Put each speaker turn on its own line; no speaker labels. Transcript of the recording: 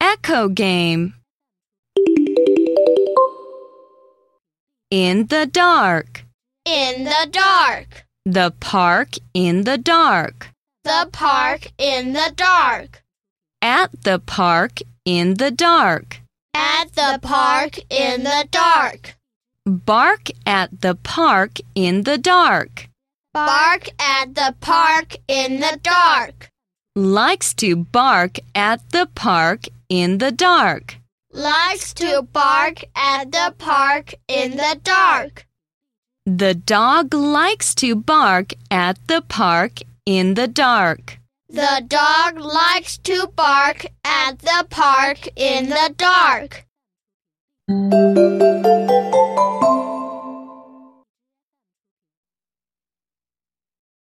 Echo game. In the dark.
In the dark.
The park in the dark.
The park in the dark.
At the park in the dark.
At the park in the dark.
Bark at the park in the dark.
Bark at the park in the dark.
Likes to bark at the park in the dark.
Likes to bark at the park in the dark.
The dog likes to bark at the park in the dark.
The dog likes to bark at the park in the dark.